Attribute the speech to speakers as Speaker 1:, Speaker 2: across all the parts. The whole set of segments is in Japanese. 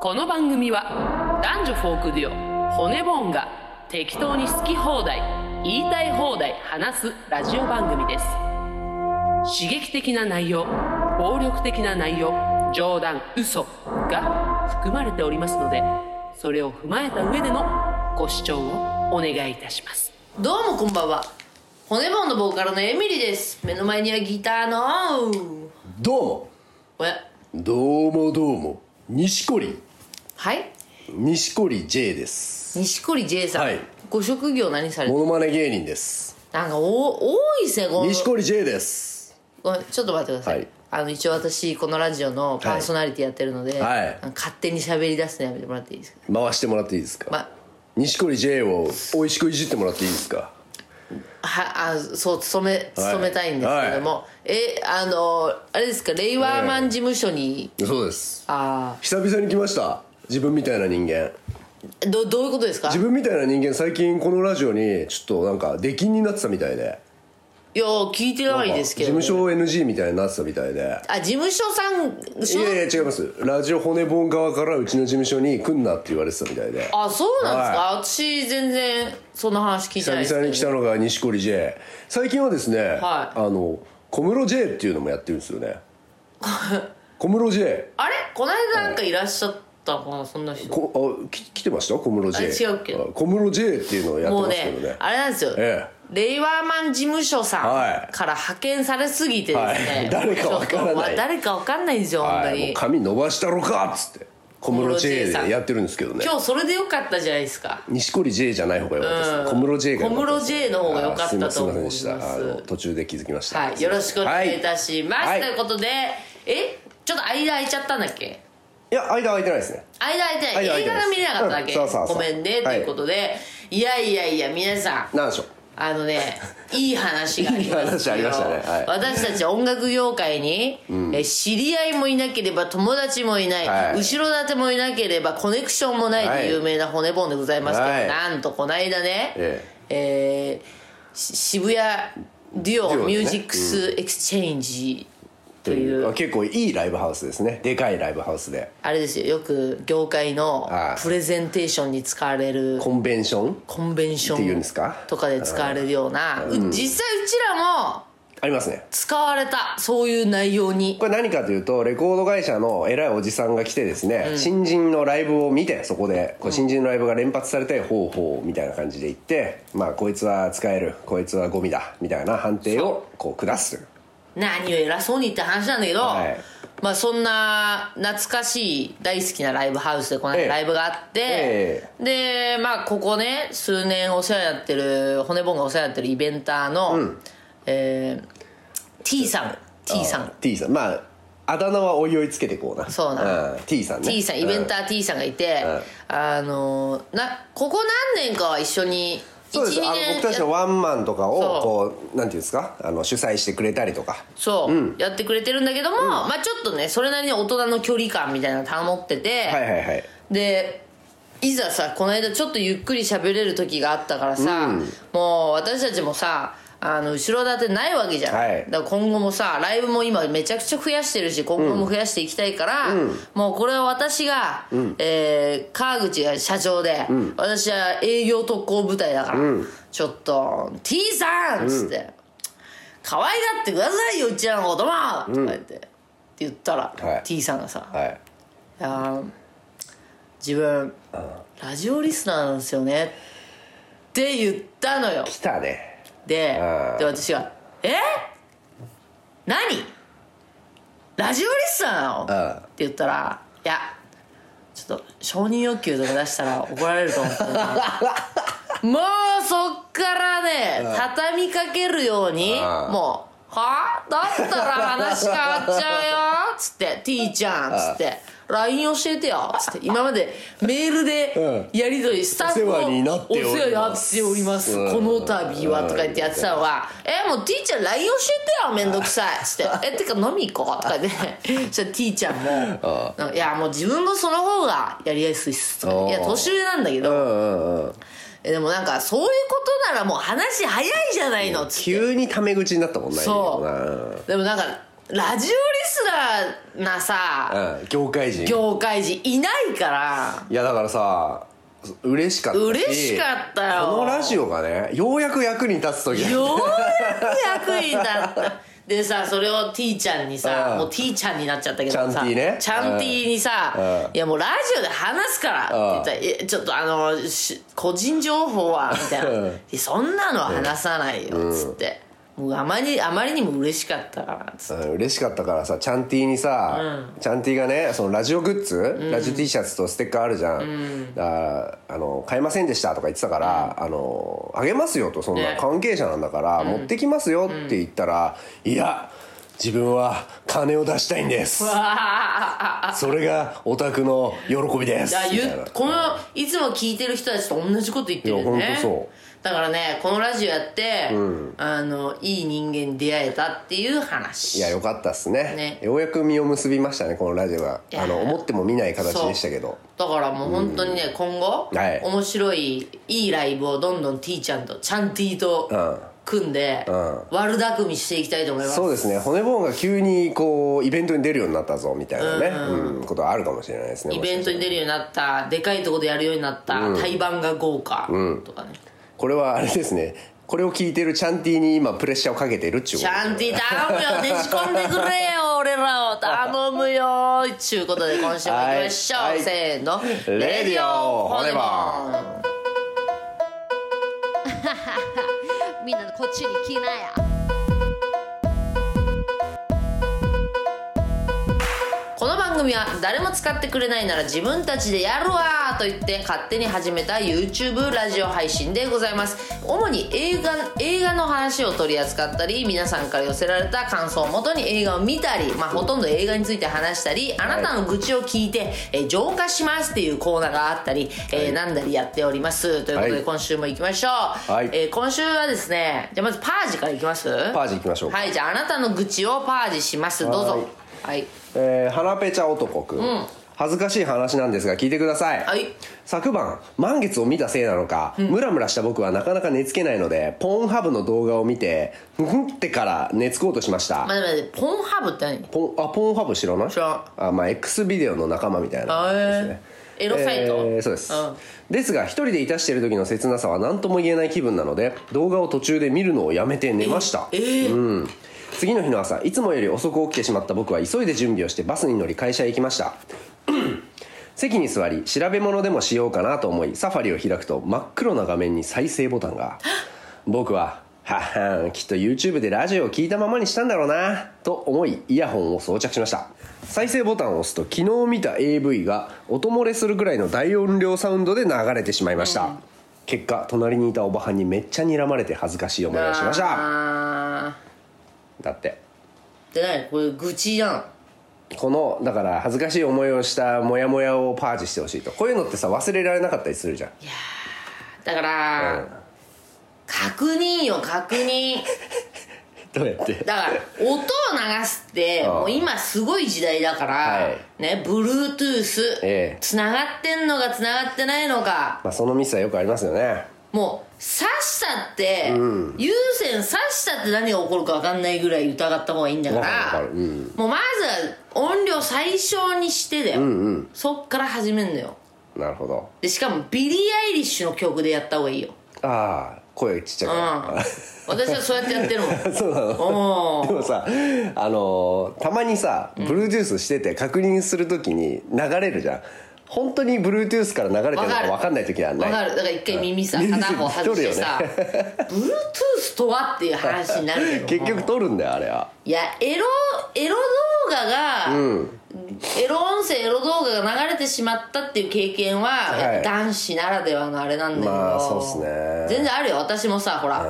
Speaker 1: この番組は男女フォークデュオ骨ボンが適当に好き放題言いたい放題話すラジオ番組です刺激的な内容暴力的な内容冗談嘘が含まれておりますのでそれを踏まえた上でのご視聴をお願いいたします
Speaker 2: どうもこんばんは骨盆のボーカルのエミリーです目の前にはギターの
Speaker 3: どうも
Speaker 2: おや
Speaker 3: どうもどうも錦織
Speaker 2: はい
Speaker 3: 錦織 J です
Speaker 2: 錦織 J さん、
Speaker 3: はい
Speaker 2: ご職業何されて
Speaker 3: モノマネ芸人です
Speaker 2: なんかお多いですねこの
Speaker 3: 錦織 J です
Speaker 2: ごめんちょっと待ってください、
Speaker 3: はい
Speaker 2: あの一応私このラジオのパーソナリティやってるので、
Speaker 3: はい
Speaker 2: あの勝手に喋り出すのやめてもらっていいですか
Speaker 3: 回してもらっていいですか、
Speaker 2: ま
Speaker 3: 錦織 J を美味しくいじってもらっていいですか
Speaker 2: はあそう勤め勤めたいんですけども、えあのあれですかレイワーマン事務所に、
Speaker 3: そうです
Speaker 2: あ
Speaker 3: 久々に来ました自分みたいな人間
Speaker 2: あどどういうことですか
Speaker 3: 自分みたいな人間最近このラジオにちょっとなんか出禁になってたみたいで
Speaker 2: いや聞いてないですけど、
Speaker 3: 事務所 NG みたいになってたみたいで
Speaker 2: あ事務所さん
Speaker 3: い
Speaker 2: 所
Speaker 3: やいや違いますラジオ骨盆側からうちの事務所に来んなって言われてたみたいで
Speaker 2: あそうなんですか、私全然そんな話聞いてないです
Speaker 3: 久々に来たのが錦織 J 最近はですね、
Speaker 2: は
Speaker 3: あの小室 J っていうのもやってるんです よね小室 J
Speaker 2: あれこの間なんかいらっしゃったのかなそんな人
Speaker 3: こあき来てました小室 J
Speaker 2: あ違うけど
Speaker 3: あ小室 J っていうのをやって
Speaker 2: もう
Speaker 3: ますけどね
Speaker 2: ねあれなんですよ、
Speaker 3: え
Speaker 2: レイワーマン事務所さん
Speaker 3: はい
Speaker 2: から派遣されすぎてですね、
Speaker 3: はい 誰かわからない
Speaker 2: ちょっと誰かわかんないんですよ本当
Speaker 3: はい、もう
Speaker 2: に、
Speaker 3: 髪伸ばしたろかっつって小室
Speaker 2: 小室 J
Speaker 3: J
Speaker 2: さん
Speaker 3: でやってるんですけどね
Speaker 2: 今日それでよかったじゃないですか
Speaker 3: 錦織 J じゃない方が良かったです、
Speaker 2: うん
Speaker 3: 小室 J が良かったです
Speaker 2: 小室 J の方が良かった
Speaker 3: あすいま
Speaker 2: と
Speaker 3: せんすいませんでしたあ
Speaker 2: 思います
Speaker 3: の途中で気づきました
Speaker 2: はいよろしくお願いいたします、
Speaker 3: はい
Speaker 2: ということでえちょっと間空いちゃったんだっけ
Speaker 3: いや間空いてないですね
Speaker 2: 間空いてない
Speaker 3: 間空い
Speaker 2: 映
Speaker 3: て
Speaker 2: 画
Speaker 3: ない
Speaker 2: が見れなかっただ
Speaker 3: う
Speaker 2: け、
Speaker 3: んそうそうそう
Speaker 2: ごめんねと
Speaker 3: はい
Speaker 2: いうことで、いやいやいや皆さん
Speaker 3: なんでしょう
Speaker 2: あの ね、いい話がありますよ
Speaker 3: いい話ありましたねはい
Speaker 2: 私たち音楽業界に、え知り合いもいなければ友達もいない、
Speaker 3: はい
Speaker 2: 後ろ盾もいなければコネクションもないで有名な骨盆でございますけど、
Speaker 3: はい
Speaker 2: なんとこの間ね、
Speaker 3: え
Speaker 2: えーし渋谷デュ
Speaker 3: デュオ
Speaker 2: オ
Speaker 3: ね
Speaker 2: ミュージックスエクスチェンジと
Speaker 3: と
Speaker 2: いう、
Speaker 3: いう結構いいライブハウスですねでかいライブハウスで
Speaker 2: あれですよよく業界の
Speaker 3: はい
Speaker 2: プレゼンテーションに使われる
Speaker 3: コンベンション
Speaker 2: コンベンシ
Speaker 3: っていうんです
Speaker 2: ョ
Speaker 3: か
Speaker 2: ンとかで使われるような、う実際うちらも
Speaker 3: ありますね
Speaker 2: 使われたそういう内容に
Speaker 3: これ何かというとレコード会社の偉いおじさんが来てですね、新人のライブを見てそこでこう新人のライブが連発されて「ほうほう」みたいな感じで言って「まあこいつは使えるこいつはゴミだ」みたいな判定をこう下す
Speaker 2: 何を偉そうにって話なんだけど、
Speaker 3: はい
Speaker 2: まあそんな懐かしい大好きなライブハウスでこの
Speaker 3: え
Speaker 2: 間
Speaker 3: え
Speaker 2: ライブがあって、
Speaker 3: え
Speaker 2: でまあここね数年お世話になってる骨盆がお世話になってるイベンターの、えー T さん T さん
Speaker 3: T さんまああだ名はおいおいつけてこうな
Speaker 2: そうな、
Speaker 3: ん、T さんね
Speaker 2: T さんイベンター T さんがいて、あのなここ何年かは一緒に
Speaker 3: そうですあの僕たちのワンマンとか
Speaker 2: そう
Speaker 3: をこうなんていうんですかあの主催してくれたりとか
Speaker 2: そう、やってくれてるんだけども、まあちょっとねそれなりに大人の距離感みたいなの保ってて、
Speaker 3: はいはいはい
Speaker 2: でいざさこの間ちょっとゆっくり喋れる時があったからさ、もう私たちもさあの後ろ盾ないわけじゃん、
Speaker 3: はい
Speaker 2: だから今後もさライブも今めちゃくちゃ増やしてるし今後も増やしていきたいから、もうこれは私が、えー川口が社長で、私は営業特攻部隊だから、ちょっと「T さん!」っつって。可愛がってくださいようちらのことも」とか言って、って言ったら、
Speaker 3: はい
Speaker 2: T さんがさ「
Speaker 3: はい
Speaker 2: いやー自分ラジオリスナーなんですよね」って言ったのよ
Speaker 3: 来たね
Speaker 2: で
Speaker 3: うん
Speaker 2: で私が「え何ラジオリスナーなの?」
Speaker 3: うん
Speaker 2: って言ったら「いやちょっと承認欲求とか出したら怒られると思って ねもうそっからね畳みかけるように
Speaker 3: うん
Speaker 2: もう「はあだったら話変わっちゃうよ」っつって「T ちゃん」っつって「LINE 教えてよ」っつって今までメールでやり取りスタッフ
Speaker 3: お世話になっております
Speaker 2: お世話になっております
Speaker 3: うん
Speaker 2: この度はとか言ってやってたのが「えもう T ちゃん LINE 教えてよめんどくさい」っつって「えてか飲み行こう」とかで そしたら T ちゃんも「なんかいやもう自分のその方がやりやすいっす」とかいや年上なんだけど
Speaker 3: うんうんうん
Speaker 2: えでもなんかそういうことならもう話早いじゃないのっつって
Speaker 3: 急にタメ口になったもんないよ
Speaker 2: そ
Speaker 3: な
Speaker 2: うでもなんかラジオリスナーなさ、
Speaker 3: うん、業界人
Speaker 2: 業界人いないから、
Speaker 3: いやだからさ嬉しかったし
Speaker 2: 嬉しかったよ
Speaker 3: このラジオがねようやく役に立つ時だ
Speaker 2: ようやく役に立った。でさ、それを T ちゃんにさ、
Speaker 3: うん
Speaker 2: もう T ちゃんになっちゃったけどさ、
Speaker 3: ちゃん T ね
Speaker 2: ちゃん T にさ、
Speaker 3: うん
Speaker 2: いやもうラジオで話すからって言ったら、えちょっとあの、し個人情報は、みたいな
Speaker 3: うん。
Speaker 2: いやそんなのは話さないよ、つって。もうあまり、あまりにも嬉しかったから、つって。
Speaker 3: うん嬉しかったからさちゃん T にさ、ちゃん T がねそのラジオグッズ、ラジオ T シャツとステッカーあるじゃん、だからあの買えませんでしたとか言ってたから、あのあげますよとそんな
Speaker 2: ね
Speaker 3: 関係者なんだから、持ってきますよって言ったら、いや自分は金を出したいんですそれがオタクの喜びです
Speaker 2: だから
Speaker 3: み
Speaker 2: 言
Speaker 3: たいな
Speaker 2: うこのいつも聞いてる人たちと同じこと言ってるよ
Speaker 3: いや
Speaker 2: ね
Speaker 3: ほんとそう
Speaker 2: だからねこのラジオやって、あのいい人間に出会えたっていう話
Speaker 3: いやよかったっすね
Speaker 2: ね
Speaker 3: ようやく実を結びましたねこのラジオが
Speaker 2: いやー
Speaker 3: あの思っても見ない形でしたけど
Speaker 2: だからもう本当にね、今後、
Speaker 3: はい
Speaker 2: 面白いいいライブをどんどん T ちゃんとちゃん T と
Speaker 3: うん
Speaker 2: 組んで、
Speaker 3: ん
Speaker 2: 悪巧みしていきたいと思います
Speaker 3: そうですね骨ボーンが急にこうイベントに出るようになったぞみたいなね、うんことはあるかもしれないですね
Speaker 2: イベントに
Speaker 3: も
Speaker 2: 出
Speaker 3: しかしたら
Speaker 2: るようになったでかいとこでやるようになった、対バンが豪華とかね、
Speaker 3: これはあれですねこれを聞いてるチャンティに今プレッシャーをかけてるっちゅう
Speaker 2: ち
Speaker 3: こと
Speaker 2: ゃんと頼むよねじ込んでくれよ俺らを頼むよちゅうことで今週も行きましょう、
Speaker 3: はいはい
Speaker 2: せーの
Speaker 3: レディオ骨盤
Speaker 4: みんなこっちに来なや
Speaker 2: この番組は誰も使ってくれないなら自分たちでやるわーと言って勝手に始めた YouTube ラジオ配信でございます主に映画映画の話を取り扱ったり皆さんから寄せられた感想をもとに映画を見たり、まあ、ほとんど映画について話したりあなたの愚痴を聞いて、えー浄化しますっていうコーナーがあったり、えーなんだりやっておりますということ
Speaker 3: は
Speaker 2: で
Speaker 3: い
Speaker 2: 今週も行きましょう、
Speaker 3: はい
Speaker 2: えー今週はですねじゃあまずパージからいきます
Speaker 3: パージ行きましょうか
Speaker 2: はいじゃああなたの愚痴をパージしますどうぞはい
Speaker 3: えー、花ペチャ男くん、恥ずかしい話なんですが聞いてください、
Speaker 2: はい
Speaker 3: 昨晩満月を見たせいなのか、ムラムラした僕はなかなか寝つけないのでポーンハブの動画を見てふふんってから寝つこうとしました、
Speaker 2: 待って待ってポンハブって何
Speaker 3: ポンあポーンハブ知らない
Speaker 2: 知ら
Speaker 3: あまあ X ビデオの仲間みたいな
Speaker 2: あ
Speaker 3: です
Speaker 2: え
Speaker 3: ね
Speaker 2: ー、エロサイト、
Speaker 3: えーそうです、
Speaker 2: うん
Speaker 3: ですが一人でいたしてる時の切なさは何とも言えない気分なので動画を途中で見るのをやめて寝ました、うん、次の日の朝いつもより遅く起きてしまった僕は急いで準備をしてバスに乗り会社へ行きました 席に座り調べ物でもしようかなと思いサファリを開くと真っ黒な画面に再生ボタンが僕は「はっはんきっと YouTube でラジオを聞いたままにしたんだろうな」と思いイヤホンを装着しました再生ボタンを押すと昨日見た AV が音漏れするくらいの大音量サウンドで流れてしまいました、結果隣にいたおばはんにめっちゃ睨まれて恥ずかしい思いをしました
Speaker 2: あ
Speaker 3: だって
Speaker 2: ーで何これ愚痴じゃん
Speaker 3: このだから恥ずかしい思いをしたモヤモヤをパージしてほしいとこういうのってさ忘れられなかったりするじゃん
Speaker 2: だから、
Speaker 3: うん
Speaker 2: 確認よ確認
Speaker 3: どうやって
Speaker 2: だから音を流すって
Speaker 3: うん
Speaker 2: もう今すごい時代だから、
Speaker 3: はい
Speaker 2: ね Bluetooth、
Speaker 3: ええ
Speaker 2: つながってんのかつながってないのか
Speaker 3: まあそのミスはよくありますよね
Speaker 2: もう刺したって、優先刺したって何が起こるか分かんないぐらい疑った方がいいんだか
Speaker 3: わかるわ
Speaker 2: ら
Speaker 3: かるうん
Speaker 2: もうまずは音量最小にしてだよ、そっから始めんのよ
Speaker 3: なるほど
Speaker 2: でしかもビリー・アイリッシュの曲でやった方がいいよ
Speaker 3: ああ声ちっち
Speaker 2: うん
Speaker 3: ゃ
Speaker 2: 私はそうやってやってるもん
Speaker 3: く そうなの
Speaker 2: お
Speaker 3: で
Speaker 2: ー
Speaker 3: もさあのーたまにさ Bluetooth してて確認するときに流れるじゃん本当に Bluetooth から流れてるの
Speaker 2: わ
Speaker 3: か分
Speaker 2: か
Speaker 3: かんない時はな
Speaker 2: わ
Speaker 3: い
Speaker 2: かるだから一回耳さ
Speaker 3: うん
Speaker 2: 片方外して さ
Speaker 3: 取
Speaker 2: Bluetooth とはっていう話になるけ
Speaker 3: 結
Speaker 2: ど
Speaker 3: 局取るんだよあれはい
Speaker 2: やエロエロ動画が、エロ音声エロ動画が流れてしまったっていう経験は、
Speaker 3: い
Speaker 2: やっぱ男子ならではのあれなんだけど、
Speaker 3: まあそうっすね
Speaker 2: 全然あるよ私もさほら、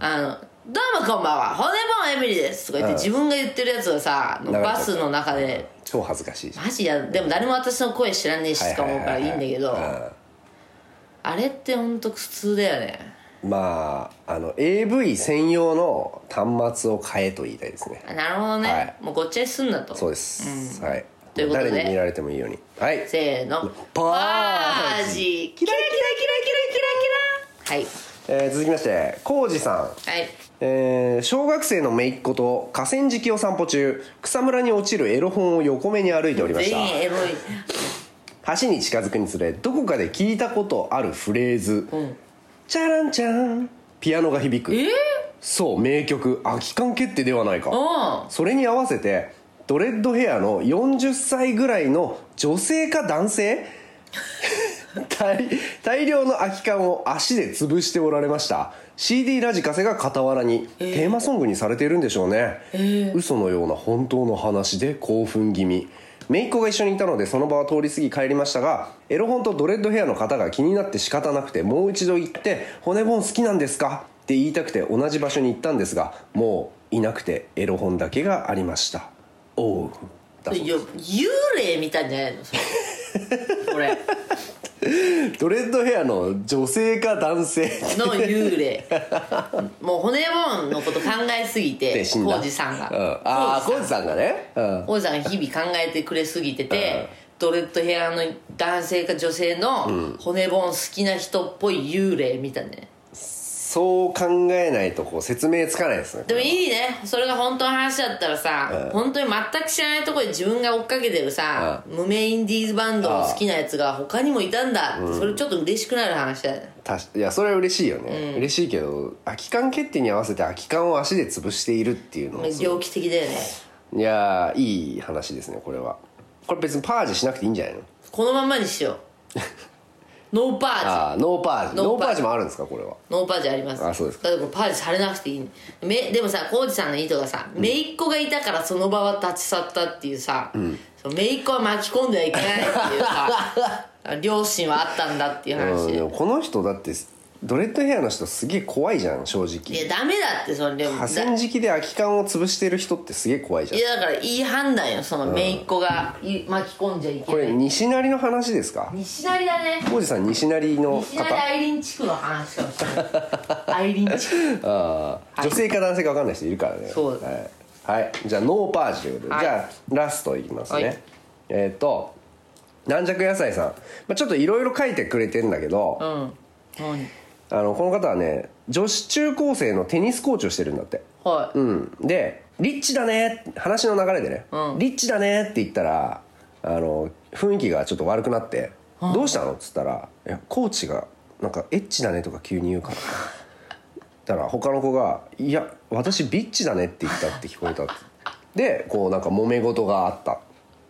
Speaker 2: あの「どうもこんばんは骨盆エミリです」とか言って、自分が言ってるやつをさ
Speaker 3: れてる
Speaker 2: バスの中で
Speaker 3: 超恥ずかしいじゃん
Speaker 2: マジやでも誰も私の声知らねえしとか思うからいいんだけど、
Speaker 3: ははは
Speaker 2: あれって本当苦痛だよね
Speaker 3: うんまああの AV 専用の端末を変えと言いたいですね
Speaker 2: あなるほどね、
Speaker 3: はい
Speaker 2: もうごっちゃにすんなと
Speaker 3: そうです、はい
Speaker 2: ということで
Speaker 3: 誰に見られてもいいようにはい
Speaker 2: せーの
Speaker 3: パージ
Speaker 2: パージキラキラキラキラキラキラはい
Speaker 3: えー続きまして浩二さん、
Speaker 2: はい
Speaker 3: えー小学生の姪っ子と河川敷を散歩中草むらに落ちるエロ本を横目に歩いておりました
Speaker 2: 全員エロい
Speaker 3: 橋に近づくにつれどこかで聞いたことあるフレーズ「チャランチャン」ピアノが響くそう名曲「空き缶決定」ではないか
Speaker 2: う
Speaker 3: それに合わせてドレッドヘアの40歳ぐらいの女性か男性大大量の空き缶を足で潰しておられました CD ラジカセが傍らに、テーマソングにされているんでしょうね、嘘のような本当の話で興奮気味姪っ子が一緒にいたのでその場は通り過ぎ帰りましたがエロ本とドレッドヘアの方が気になって仕方なくてもう一度行って「骨本好きなんですか?」って言いたくて同じ場所に行ったんですがもういなくてエロ本だけがありましたおうだ
Speaker 2: ん
Speaker 3: そう
Speaker 2: いや幽霊みたいんじゃないのそれこれ
Speaker 3: ドレッドヘアの女性か男性っ
Speaker 2: の幽 霊もう骨もんのこと考えすぎて
Speaker 3: て死んだ
Speaker 2: 浩二さんが、
Speaker 3: うん、ああ浩二さんがね、うん、
Speaker 2: おじさん日々考えてくれすぎてて、ドレッドヘアの男性か女性の骨盆好きな人っぽい幽霊みたいね
Speaker 3: そう考えないとこう説明つかないですね
Speaker 2: でもいいねそれが本当の話だったらさ、本当に全く知らないところで自分が追っかけてるさ、無名インディーズバンドの好きなやつが他にもいたんだって、それちょっと嬉しくなる話だよね
Speaker 3: たしいやそれは嬉しいよね、嬉しいけど空き缶決定に合わせて空き缶を足で潰しているっていうのも
Speaker 2: 猟奇的だよね
Speaker 3: いやーいい話ですねこれはこれ別にパージしなくていいんじゃないの
Speaker 2: このままにしよう ノーパージ
Speaker 3: ああノーパージ
Speaker 2: ノーパージ
Speaker 3: ノーパージもあるんですかこれは
Speaker 2: ノーパージあります
Speaker 3: あそうです
Speaker 2: だからこれパージされなくていい、ね、めでもさ浩二さんのいいとこがさ姪っ子がいたからその場は立ち去ったっていうさ、その姪っ子は巻き込んではいけないっていう さ両親はあったんだっていう
Speaker 3: うん
Speaker 2: 話、
Speaker 3: でもこの人だってドレッドヘアの人すげえ怖いじゃん正
Speaker 2: いや
Speaker 3: 直
Speaker 2: ダメだってそれでも
Speaker 3: 河
Speaker 2: だ
Speaker 3: 川
Speaker 2: い
Speaker 3: 敷で空き缶を潰してる人ってすげえ怖いじゃん
Speaker 2: やだからいい判断よその姪っ子がい巻き込んじゃいけ
Speaker 3: こ
Speaker 2: ない
Speaker 3: れ西成の話ですか
Speaker 2: 西成だね
Speaker 3: 浩二さん西成の
Speaker 2: 西成
Speaker 3: 方
Speaker 2: アイリン地区の話かもしれ ないアイリン地 区
Speaker 3: ああ女性か男性か分かんない人いるからね
Speaker 2: そう
Speaker 3: はい、はい、じゃあノーパージということで、
Speaker 2: はい
Speaker 3: じゃあラストいきますね、
Speaker 2: はい
Speaker 3: えーっ、と軟弱野菜さん、まあ、ちょっといろいろ書いてくれてんだけど、
Speaker 2: うん何
Speaker 3: あのこの方はね女子中高生のテニスコーチをしてるんだって
Speaker 2: はい、
Speaker 3: うんで「リッチだね」話の流れでね「
Speaker 2: うん
Speaker 3: リッチだね」って言ったらあの雰囲気がちょっと悪くなって「どうしたの?」っつったら「いやコーチがなんかエッチだね」とか急に言うから。だから他の子が「いや私ビッチだね」って言ったって聞こえたってでこうなんか揉め事があったっ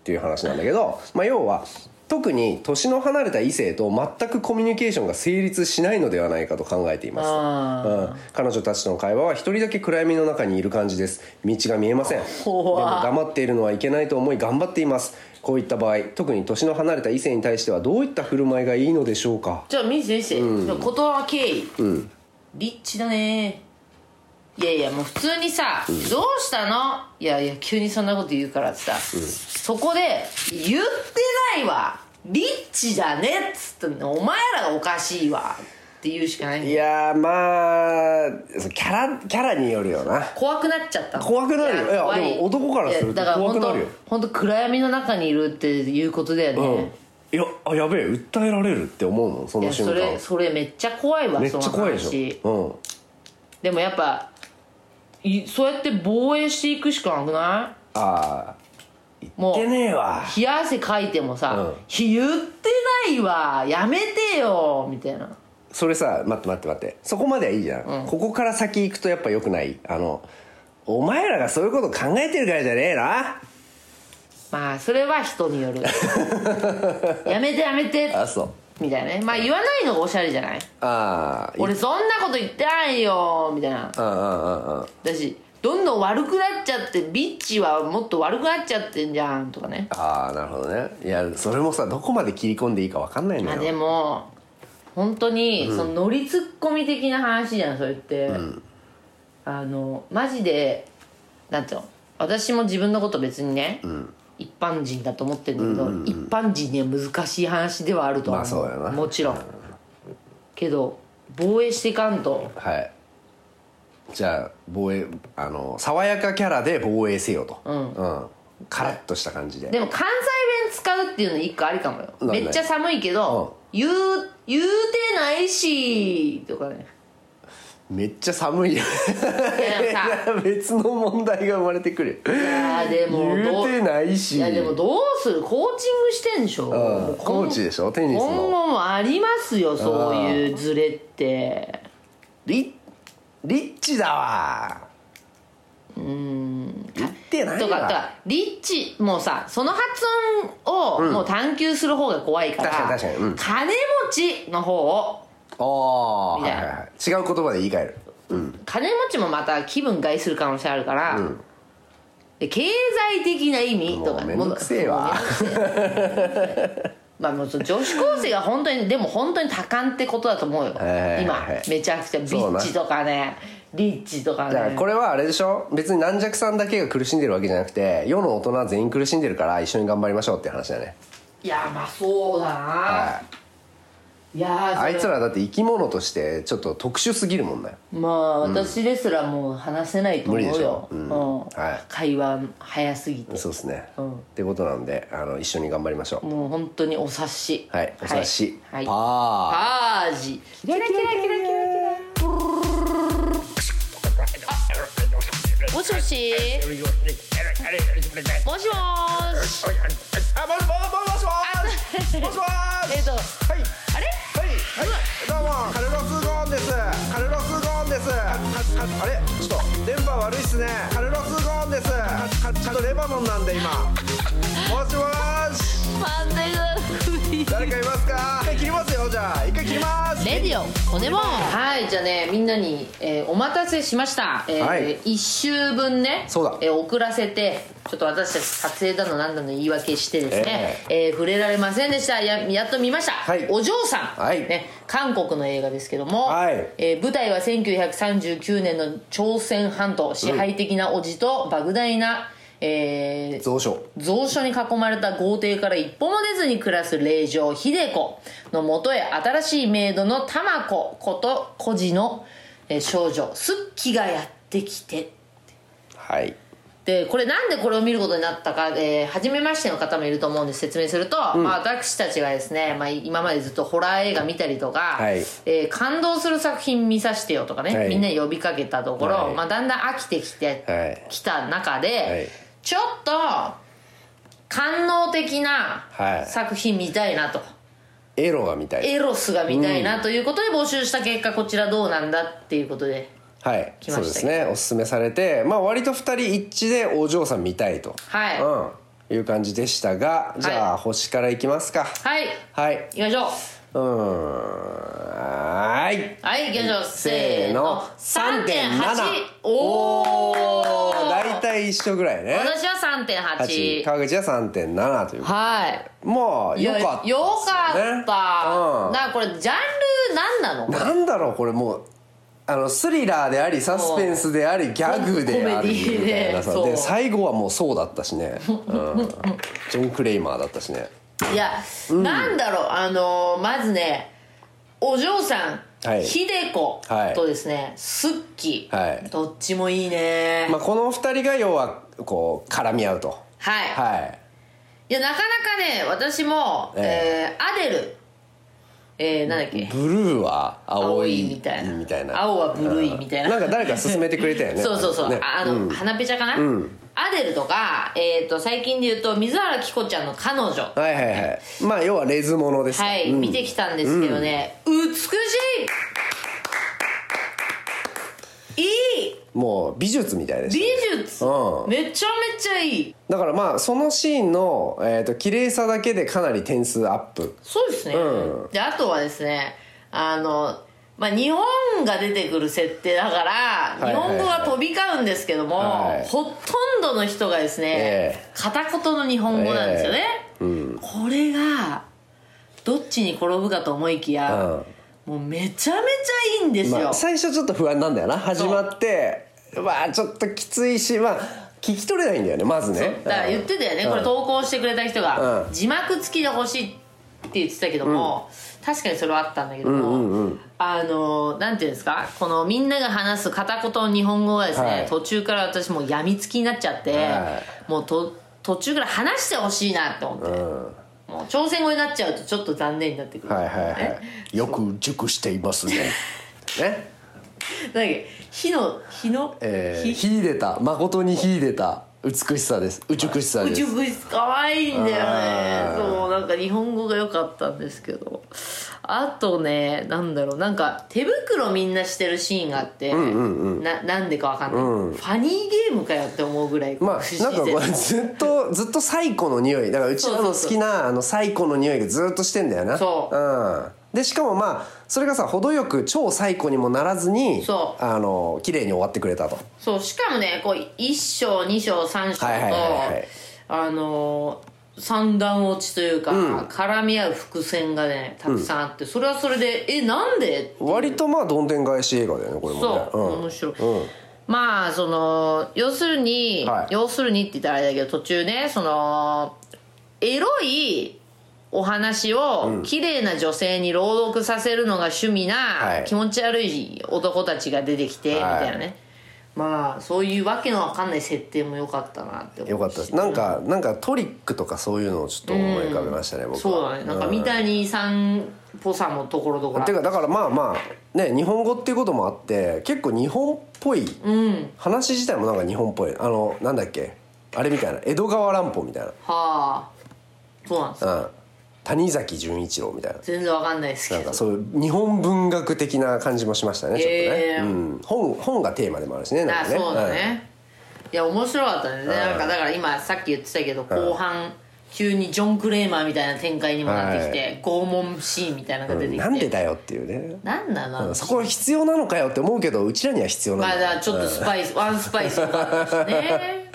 Speaker 3: ていう話なんだけど、まあ、要は特に年の離れた異性と全くコミュニケーションが成立しないのではないかと考えています
Speaker 2: あ
Speaker 3: うん、彼女たちとの会話は一人だけ暗闇の中にいる感じです道が見えませんでも黙っているのはいけないと思い頑張っていますこういった場合特に年の離れた異性に対してはどういった振る舞いがいいのでしょうか
Speaker 2: じゃあ見せて見せて、その言葉経緯、リッチだねいやいやもう普通にさ「どうしたの?」いやいや急にそんなこと言うからってさ、そこで「言ってないわリッチだね」っつってんのお前らがおかしいわ」って言うしかないんだ
Speaker 3: い
Speaker 2: よ
Speaker 3: やーまあそうキャラキャラによるよな
Speaker 2: 怖くなっちゃったの
Speaker 3: 怖くなるよ
Speaker 2: いや
Speaker 3: いやでも男からすると
Speaker 2: いやだから
Speaker 3: 怖くなるよ
Speaker 2: 本当本当暗闇の中にいるっていうことだよね、
Speaker 3: うんいやあやべえ訴えられるって思うもんそ
Speaker 2: い
Speaker 3: の
Speaker 2: や
Speaker 3: 瞬
Speaker 2: それ
Speaker 3: 間
Speaker 2: それめっちゃ怖いわ
Speaker 3: めっちゃ怖いで
Speaker 2: その話
Speaker 3: しょ、うん、
Speaker 2: でもやっぱいそうやって防衛していくしかなくな
Speaker 3: ああ
Speaker 2: いも
Speaker 3: いけ
Speaker 2: う
Speaker 3: ねえわ
Speaker 2: 冷や汗かいてもさ
Speaker 3: うん
Speaker 2: 「ひ言ってないわやめてよ」みたいな
Speaker 3: それさ待って待って待ってそこまではいいじゃん、ここから先行くとやっぱよくないあのお前らがそういうこと考えてるからじゃねえな
Speaker 2: まあそれは人によ るやめてやめて
Speaker 3: あそう
Speaker 2: みたいなねまあ言わないのがおしゃれじゃない
Speaker 3: ああ
Speaker 2: 俺そんなこと言ってないよみたいな
Speaker 3: うんうんうんうん
Speaker 2: だしどんどん悪くなっちゃってビッチはもっと悪くなっちゃってんじゃんとかね
Speaker 3: ああなるほどねいやそれもさどこまで切り込んでいいか分かんないの
Speaker 2: まあ
Speaker 3: よ、
Speaker 2: でも本当に、その乗りツッコミ的な話じゃんそれって、あのマジでなんていうの私も自分のこと別にね、一般人だと思ってるんだけど、一般人には難しい話ではあると思う,、
Speaker 3: まあそうやな
Speaker 2: もちろんけど防衛していかんと
Speaker 3: はいじゃあ防衛あの爽やかキャラで防衛せよとうん、カラッとした感じで
Speaker 2: でも関西弁使うっていうの一個ありかもよ
Speaker 3: なんで
Speaker 2: めっちゃ寒いけど、言う言うてないしとかね
Speaker 3: めっちゃ寒いよ
Speaker 2: でもさ
Speaker 3: 別の問題が生まれてくる
Speaker 2: いやーでも
Speaker 3: 言
Speaker 2: ど
Speaker 3: う
Speaker 2: う
Speaker 3: てないし
Speaker 2: いやでもどうするコーチングしてんでしょ
Speaker 3: ん
Speaker 2: もう今後
Speaker 3: コーチでしょテニスの
Speaker 2: 今後もありますよそういうズレって
Speaker 3: リリッチだわうん言ってないわ
Speaker 2: とかとかリッチもうさその発音をもう探求する方が怖いから、
Speaker 3: 確かに確かにうん
Speaker 2: 金持ちの方を
Speaker 3: ああ、は
Speaker 2: み
Speaker 3: い
Speaker 2: たい
Speaker 3: は
Speaker 2: ない
Speaker 3: はい、違う言葉で言い換える
Speaker 2: 金持ちもまた気分害する可能性あるから、で経済的な意味とか
Speaker 3: もうめんどくせえ
Speaker 2: も
Speaker 3: わ
Speaker 2: うめんどくせえ まあもうその女子高生が本当にでも本当に多感ってことだと思うよ、
Speaker 3: はいはいはい
Speaker 2: 今めちゃくちゃビッチとかねリッチとか
Speaker 3: だから
Speaker 2: ね
Speaker 3: これはあれでしょ別に軟弱さんだけが苦しんでるわけじゃなくて世の大人全員苦しんでるから一緒に頑張りましょうっていう話だね
Speaker 2: いやまあそうだな、
Speaker 3: はい
Speaker 2: い、やーそれ
Speaker 3: あいつらだって生き物としてちょっと特殊すぎるもんね
Speaker 2: まあ私ですらもう話せないと思うよ、
Speaker 3: 無理でしょうん
Speaker 2: うん
Speaker 3: はい
Speaker 2: 会話早すぎて
Speaker 3: そうですね、
Speaker 2: うん
Speaker 3: ってことなんであの一緒に頑張りましょう、
Speaker 2: もう本当にお察し
Speaker 3: はいお察し、
Speaker 2: はい、
Speaker 3: パ
Speaker 2: は
Speaker 3: ー
Speaker 2: い、パージキラキラキラキラもしもしもしもーし
Speaker 5: あ、もしもしもしもしもしも
Speaker 2: えっと
Speaker 5: はい
Speaker 2: あれ
Speaker 5: はいはいどうもカルロス・ゴーンですカルロス・ゴーンですかかあれちょっと電波悪いっすねカルロス・ゴーンですかかちゃんとレバノンなんで今もしもし
Speaker 2: パンダが
Speaker 5: 誰かいますか一回切りますよじゃあ一回切ります
Speaker 4: レディオ骨も
Speaker 2: はいじゃあねみんなに、えーお待たせしました、えー
Speaker 3: はい
Speaker 2: 1週分ね
Speaker 3: そうだ
Speaker 2: えー遅らせてちょっと私たち撮影だの何だの言い訳してですね、えー触れられませんでしたややっと見ました、
Speaker 3: はい
Speaker 2: お嬢さん、
Speaker 3: はい
Speaker 2: ね、韓国の映画ですけども、
Speaker 3: はい
Speaker 2: えー舞台は1939年の朝鮮半島支配的な叔父と莫大な、えー
Speaker 3: 蔵書
Speaker 2: 蔵書に囲まれた豪邸から一歩も出ずに暮らす令嬢秀子のもとへ新しいメイドの玉子こと孤児のえー少女すっきがやってきて
Speaker 3: はい
Speaker 2: でこれなんでこれを見ることになったか、えー初めましての方もいると思うんで説明すると、まあ、私たちがですね、まあ、今までずっとホラー映画見たりとか、
Speaker 3: はい
Speaker 2: えー感動する作品見させてよとかね、
Speaker 3: はい
Speaker 2: みんなに呼びかけたところ、
Speaker 3: はい
Speaker 2: まあ、だんだん飽きてきて、
Speaker 3: はい
Speaker 2: きた中で、
Speaker 3: はい
Speaker 2: ちょっと官能的な
Speaker 3: はい
Speaker 2: 作品見たいなと。
Speaker 3: エロがみたい
Speaker 2: エロスが見たいなということで募集した結果こちらどうなんだっていうことで
Speaker 3: はい
Speaker 2: 来ましたよ
Speaker 3: そうですねおすすめされてまあ割と二人一致でお嬢さん見たいと
Speaker 2: はい
Speaker 3: うんいう感じでしたがじゃあ、
Speaker 2: はい
Speaker 3: 星からいきますか
Speaker 2: はい
Speaker 3: はい
Speaker 2: 行きましょう
Speaker 3: うーんはーい
Speaker 2: はい行きましょう
Speaker 3: せ
Speaker 2: せ
Speaker 3: ー
Speaker 2: ー
Speaker 3: の
Speaker 2: の
Speaker 3: 3.8
Speaker 2: 3.8おお
Speaker 3: 大体一緒ぐらいね
Speaker 2: 私は
Speaker 3: 8
Speaker 2: 3.8
Speaker 3: 川口は3.7という
Speaker 2: はい
Speaker 3: まあ
Speaker 2: い
Speaker 3: よ
Speaker 2: や
Speaker 3: かった
Speaker 2: よかった
Speaker 3: うん
Speaker 2: なこれジャンル何なの
Speaker 3: なんだろうこれもうあのスリラーでありサスペンスでありギャグであり
Speaker 2: コメディ
Speaker 3: み
Speaker 2: で
Speaker 3: たいなさ
Speaker 2: そう
Speaker 3: で最後はもうそうだったしね、うん、ジョン・クレイマーだったしね
Speaker 2: いや、なんだろうあのーまずねお嬢さん、
Speaker 3: はい
Speaker 2: ひでこ
Speaker 3: はい
Speaker 2: とですね、すっき、
Speaker 3: はい
Speaker 2: どっちもいいね、
Speaker 3: まあこの二人が要はこう絡み合うと
Speaker 2: はい、い、
Speaker 3: はい
Speaker 2: やなかなかね私も、
Speaker 3: え
Speaker 2: えーアデルえー、なんだっけ
Speaker 3: ブルーは青
Speaker 2: 青
Speaker 3: い
Speaker 2: いみたいな
Speaker 3: みたいな
Speaker 2: 青はブルーいみたいな
Speaker 3: うんなんか誰か勧めてくれたよね
Speaker 2: そうそうそう、
Speaker 3: ね
Speaker 2: ああの、花ぺちゃかな、アデルとか、えー、と最近で言うと水原希子ちゃんの彼女は
Speaker 3: はいはいはいまあ要はレズものですね
Speaker 2: い、
Speaker 3: うん
Speaker 2: 見てきたんですけどね、美しいいい
Speaker 3: もう美術みたいで
Speaker 2: 美
Speaker 3: す
Speaker 2: 術、
Speaker 3: うん
Speaker 2: めちゃめちゃいい
Speaker 3: だからまあそのシーンの、えー、と綺麗さだけでかなり点数アップ
Speaker 2: そうですね、
Speaker 3: う
Speaker 2: であとはですねあのまあ、日本が出てくる設定だから、
Speaker 3: いはいはい
Speaker 2: 日本語が飛び交うんですけども、
Speaker 3: はい
Speaker 2: ほとんどの人がですね、
Speaker 3: え
Speaker 2: 片言の日本語なんですよね、これがどっちに転ぶかと思いきや、もうめちゃめちゃいいんですよ、
Speaker 3: まあ、最初ちょっと不安なんだよな始まってまあちょっときついしまあ聞き取れないんだよねまずね
Speaker 2: だから言ってたよね、これ投稿してくれた人が、
Speaker 3: うん
Speaker 2: 字幕付きで欲しいって言ってたけども、確かにそれはあったんだけども、あのなんていうんですかこのみんなが話す片言の日本語がですね、
Speaker 3: はい
Speaker 2: 途中から私もうやみつきになっちゃって、
Speaker 3: は
Speaker 2: もうと途中から話してほしいなって思って、もう朝鮮語になっちゃうとちょっと残念になってくる、
Speaker 3: はいはいはいよく熟していますねね
Speaker 2: だっけ火の火の、
Speaker 6: えー、秀でた誠に秀でた美しさです宇宙しさ
Speaker 2: 宇
Speaker 6: です
Speaker 2: 宙物可愛いんだよ
Speaker 6: あー
Speaker 2: ねそうなんか日本語が良かったんですけどあとねなんだろうなんか手袋みんなしてるシーンがあって、ななんでかわかんない、ファニーゲームかよって思うぐらい
Speaker 3: ま
Speaker 2: 不思
Speaker 3: あなん
Speaker 2: 議
Speaker 3: か
Speaker 2: で
Speaker 3: これ ずっとずっと最古の匂いだからうちらの好きなあの最古の匂いがずっとしてんだよな
Speaker 2: そう
Speaker 3: うんでしかもまあそれがさ程よく超最古にもならずに
Speaker 2: そう
Speaker 3: あの綺麗に終わってくれたと
Speaker 2: そうしかもねこう1章2章3章と、
Speaker 3: はいはいはいはい
Speaker 2: あのー三段落ちというか、絡み合う伏線がねたくさんあって、それはそれでえなんで
Speaker 3: 割とまあどんでん返し映画だよねこれもね
Speaker 2: そう、面白い、まあその要するに、
Speaker 3: はい
Speaker 2: 要するにって言ったらあれだけど途中ねそのエロいお話を綺麗な女性に朗読させるのが趣味
Speaker 3: は
Speaker 2: ない気持ち悪い男たちが出てきてみ
Speaker 3: はい
Speaker 2: たいなねまあそういうわけのわかんない設定も良かったなって思うし
Speaker 3: よかったですなんかなんかトリックとかそういうのをちょっと思い浮かべましたね、僕は
Speaker 2: そうだねなんか三谷さんっぽさもところどころあって
Speaker 3: かだからまあまあね日本語っていうこともあって結構日本っぽい、話自体もなんか日本っぽいあのなんだっけあれみたいな江戸川乱歩みたい
Speaker 2: はあそうなんです
Speaker 3: な、うん、谷崎潤一郎みたいな
Speaker 2: 全然わかんないですけ
Speaker 3: なん
Speaker 2: ど
Speaker 3: かそういう日本文学的な感じもしましたねちょっとね、
Speaker 2: えー
Speaker 3: うん、本本がテーマでもあるしねな
Speaker 2: あ
Speaker 3: んかね
Speaker 2: そうだね、いや面白かったねなんかだから今さっき言ってたけど後半急にジョン・クレーマーみたいな展開にもなってきて、
Speaker 3: は
Speaker 2: 拷問シーンみたいなのが
Speaker 3: うん
Speaker 2: 出てきて、
Speaker 3: なんでだよっていうね
Speaker 2: なんだな、
Speaker 3: うんそこは必要なのかよって思うけどうちらには必要なん
Speaker 2: まあ
Speaker 3: だ
Speaker 2: だか
Speaker 3: よ
Speaker 2: らちょっとスパイス、ワンスパイスとかあ ったしね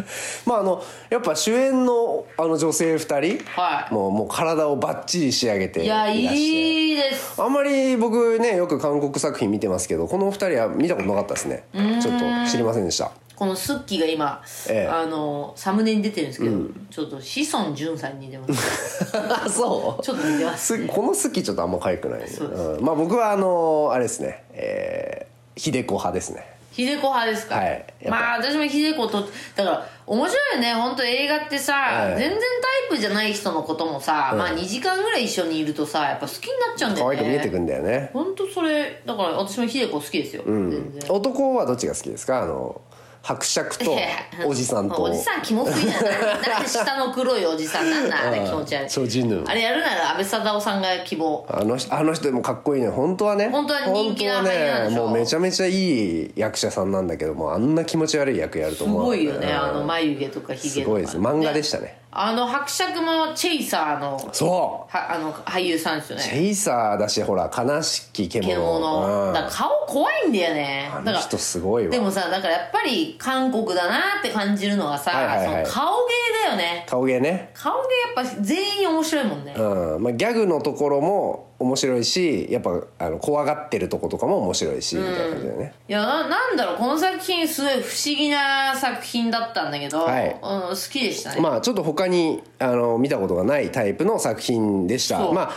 Speaker 3: まああのやっぱ主演のあの女性2人、
Speaker 2: はい
Speaker 3: もうもう体をバッチリ仕上げて
Speaker 2: い
Speaker 3: いら
Speaker 2: や
Speaker 3: して
Speaker 2: いいです
Speaker 3: あんまり僕ねよく韓国作品見てますけどこの2人は見たことなかったですねちょっと知りません でした
Speaker 2: このスッキーが今、
Speaker 3: ええ
Speaker 2: あのサムネに出てるんですけど、ちょっと志尊淳さんに似てます
Speaker 3: あそう
Speaker 2: ちょっと似てます
Speaker 3: すこの好きちょっとあんま可愛くないね
Speaker 2: そうです
Speaker 3: ん、まあ僕はあのあれですねえー、秀子派ですね
Speaker 2: 秀子派ですか、
Speaker 3: はいやっぱ
Speaker 2: まあ私も秀子とだから面白いよね本当映画ってさ、
Speaker 3: い
Speaker 2: 全然タイプじゃない人のこともさ、まあ2時間ぐらい一緒にいるとさやっぱ好きになっちゃうんだ
Speaker 3: 可
Speaker 2: よね
Speaker 3: 愛く見えてくんだよね
Speaker 2: 本当それだから私も秀子好きですよ、全然
Speaker 3: 男はどっちが好きですかあの伯爵と おじさんと
Speaker 2: おじさんキモすぎだななんで下の黒いおじさん なんだあれ気持ち悪い
Speaker 3: ソジュヌン
Speaker 2: あれやるなら安倍貞夫さんが希望
Speaker 3: あの人あの人もかっこいいね本当はね
Speaker 2: 本当は人気な俳優なんでしょ
Speaker 3: 本当はねもうめちゃめちゃいい役者さんなんだけどもあんな気持ち悪い役やる
Speaker 2: す
Speaker 3: と思う
Speaker 2: ごいよねあの眉毛とかひげ
Speaker 3: す
Speaker 2: とか
Speaker 3: ごいです漫画でしたね
Speaker 2: あの伯爵もチェイサーの
Speaker 3: そ
Speaker 2: はあの俳優さんですよ
Speaker 3: うチ
Speaker 2: ね
Speaker 3: ェイサーだしほら悲しき獣う
Speaker 2: 獣
Speaker 3: ん
Speaker 2: だから顔怖いんだよね
Speaker 3: あ
Speaker 2: だ
Speaker 3: の
Speaker 2: か
Speaker 3: 人
Speaker 2: ら
Speaker 3: すごいわ
Speaker 2: でもさだからやっぱり韓国だなって感じるのがさ、
Speaker 3: はいはいはい
Speaker 2: その顔芸だよね
Speaker 3: 顔芸ね
Speaker 2: 顔芸やっぱ全員面白いもんね、
Speaker 3: うんまあ、ギャグのところも面白いしやっぱあの怖がってるとことかも面白いし、みたいな感じだよね
Speaker 2: いやななんだろうこの作品すごい不思議な作品だったんだけど、
Speaker 3: はい
Speaker 2: うん、好きでしたね、
Speaker 3: まあちょっと他にあの見たことがないタイプの作品でした
Speaker 2: そう
Speaker 3: まあ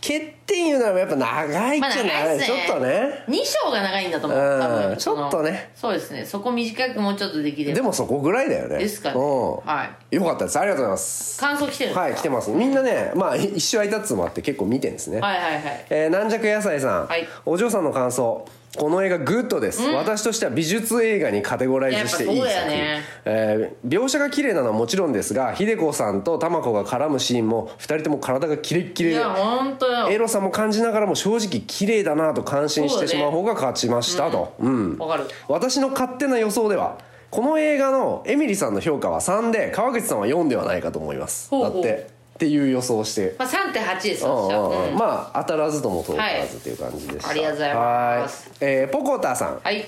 Speaker 3: 欠点言うならやっぱ長いっちゃ長い,、
Speaker 2: まあ長いっすね
Speaker 3: ちょっとね
Speaker 2: 2章が長いんだと思う
Speaker 3: うん
Speaker 2: 多分その
Speaker 3: ちょっとね
Speaker 2: そうですねそこ短くもうちょっとできれば
Speaker 3: でもそこぐらいだよね
Speaker 2: ですかね
Speaker 3: うん
Speaker 2: は
Speaker 3: よかったですありがとうございます
Speaker 2: 感想来てるんですか
Speaker 3: はい来てますみんなねまあい一周空いたっつうのもあって結構見てんですね
Speaker 2: はいはいはい
Speaker 3: えー軟弱野菜さん、
Speaker 2: はい
Speaker 3: お嬢さんの感想この映画グッドです、私としては美術映画にカテゴライズしていい
Speaker 2: やっ
Speaker 3: 作
Speaker 2: ぱそうだ
Speaker 3: 品、
Speaker 2: よね
Speaker 3: えー描写が綺麗なのはもちろんですが秀子さんと玉子が絡むシーンも2人とも体がキレッキ
Speaker 2: い
Speaker 3: レで
Speaker 2: や本当よ
Speaker 3: エロさも感じながらも正直綺麗だなと感心してしまう方が勝ちましたと、うん
Speaker 2: わかる
Speaker 3: 私の勝手な予想ではこの映画のエミリさんの評価は3で川口さんは4ではないかと思います
Speaker 2: ほうほう
Speaker 3: だってっていう予想をして
Speaker 2: まあ3.8です
Speaker 3: う
Speaker 2: よ
Speaker 3: ん
Speaker 2: 私は
Speaker 3: うんうん
Speaker 2: うん
Speaker 3: まあ当たらずとも遠から
Speaker 2: はい
Speaker 3: ずという感じでした、
Speaker 2: ありがとうございます
Speaker 3: はーいえーポコタさん、
Speaker 2: はい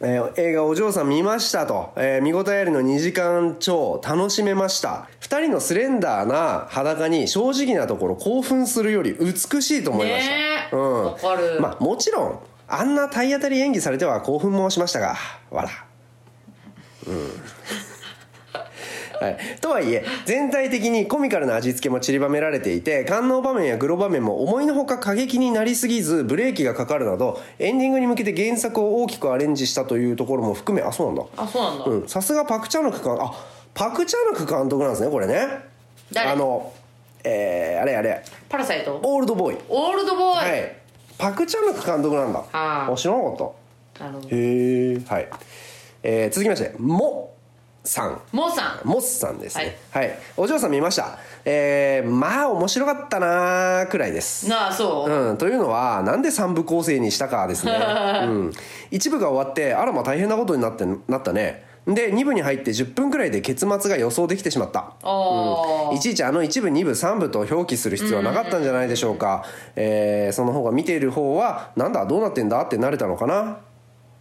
Speaker 3: えー映画「お嬢さん見ましたと」えー見応えありの2時間超楽しめました2人のスレンダーな裸に正直なところ興奮するより美しいと思いました、
Speaker 2: ねえ
Speaker 3: うん
Speaker 2: わかる
Speaker 3: まあもちろんあんな体当たり演技されては興奮もしましたがわらはい、とはいえ全体的にコミカルな味付けも散りばめられていて官能場面やグロ場面も思いのほか過激になりすぎずブレーキがかかるなどエンディングに向けて原作を大きくアレンジしたというところも含めあそうなんだ
Speaker 2: あそうなんだ、
Speaker 3: うんさすがパク・チャヌク監あパク・チャヌク監督なんですねこれね
Speaker 2: 誰
Speaker 3: あのえー、あれあれ
Speaker 2: パラサイト
Speaker 3: オールドボーイ
Speaker 2: オールドボーイ、
Speaker 3: はいパク・チャヌク監督なんだ
Speaker 2: あー
Speaker 3: あ知らなかった
Speaker 2: なるほど
Speaker 3: へえはい、えー続きましてもさん
Speaker 2: モさん
Speaker 3: モスさんですねはい、お嬢さん見ましたえー、まあ面白かったなーくらいです
Speaker 2: なあそう、
Speaker 3: うん、というのはなんで3部構成にしたかです ね、うん、1部が終わってあらま大変なことになってなったねで2部に入って10分くらいで結末が予想できてしまった
Speaker 2: おー
Speaker 3: いちいちあの1部2部3部と表記する必要はなかったんじゃないでしょうか、えーその方が見ている方はなんだどうなってんだってなれたのかな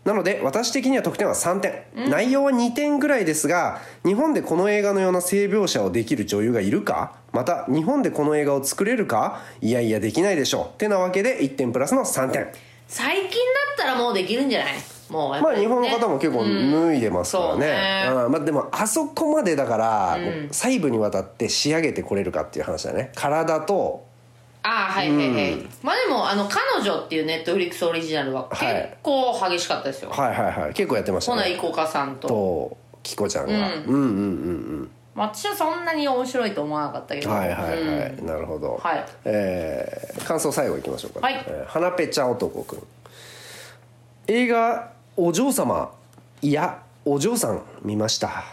Speaker 3: なので私的には得点は3点、内容は2点ぐらいですが日本でこの映画のような性描写をできる女優がいるかまた日本でこの映画を作れるかいやいやできないでしょうてなわけで1点プラスの3点
Speaker 2: 最近だったらもうできるんじゃないもうやっ
Speaker 3: ま
Speaker 2: ぱ
Speaker 3: あ
Speaker 2: り
Speaker 3: 日
Speaker 2: ね、
Speaker 3: 本の方も結構脱いでますからね,、
Speaker 2: うん
Speaker 3: うんまあ、でもあそこまでだから、細部にわたって仕上げてこれるかっていう話だね体と
Speaker 2: ああはいはいはい、まあでもあの「彼女」っていうネットフリックスオリジナルは
Speaker 3: はい
Speaker 2: 結構激しかったですよ、
Speaker 3: はいはいはい結構やってました
Speaker 2: ほない
Speaker 3: ね
Speaker 2: こかさんと
Speaker 3: とキコちゃんが、うん、うんうん
Speaker 2: 私はそんなに面白いと思わなかったけ
Speaker 3: うん
Speaker 2: ど
Speaker 3: はいはいはい、
Speaker 2: うん
Speaker 3: なるほど、
Speaker 2: はい
Speaker 3: えー感想最後いきましょうか、
Speaker 2: はい
Speaker 3: えー花ぺちゃ男くん映画「お嬢様」いや「お嬢さん」見ました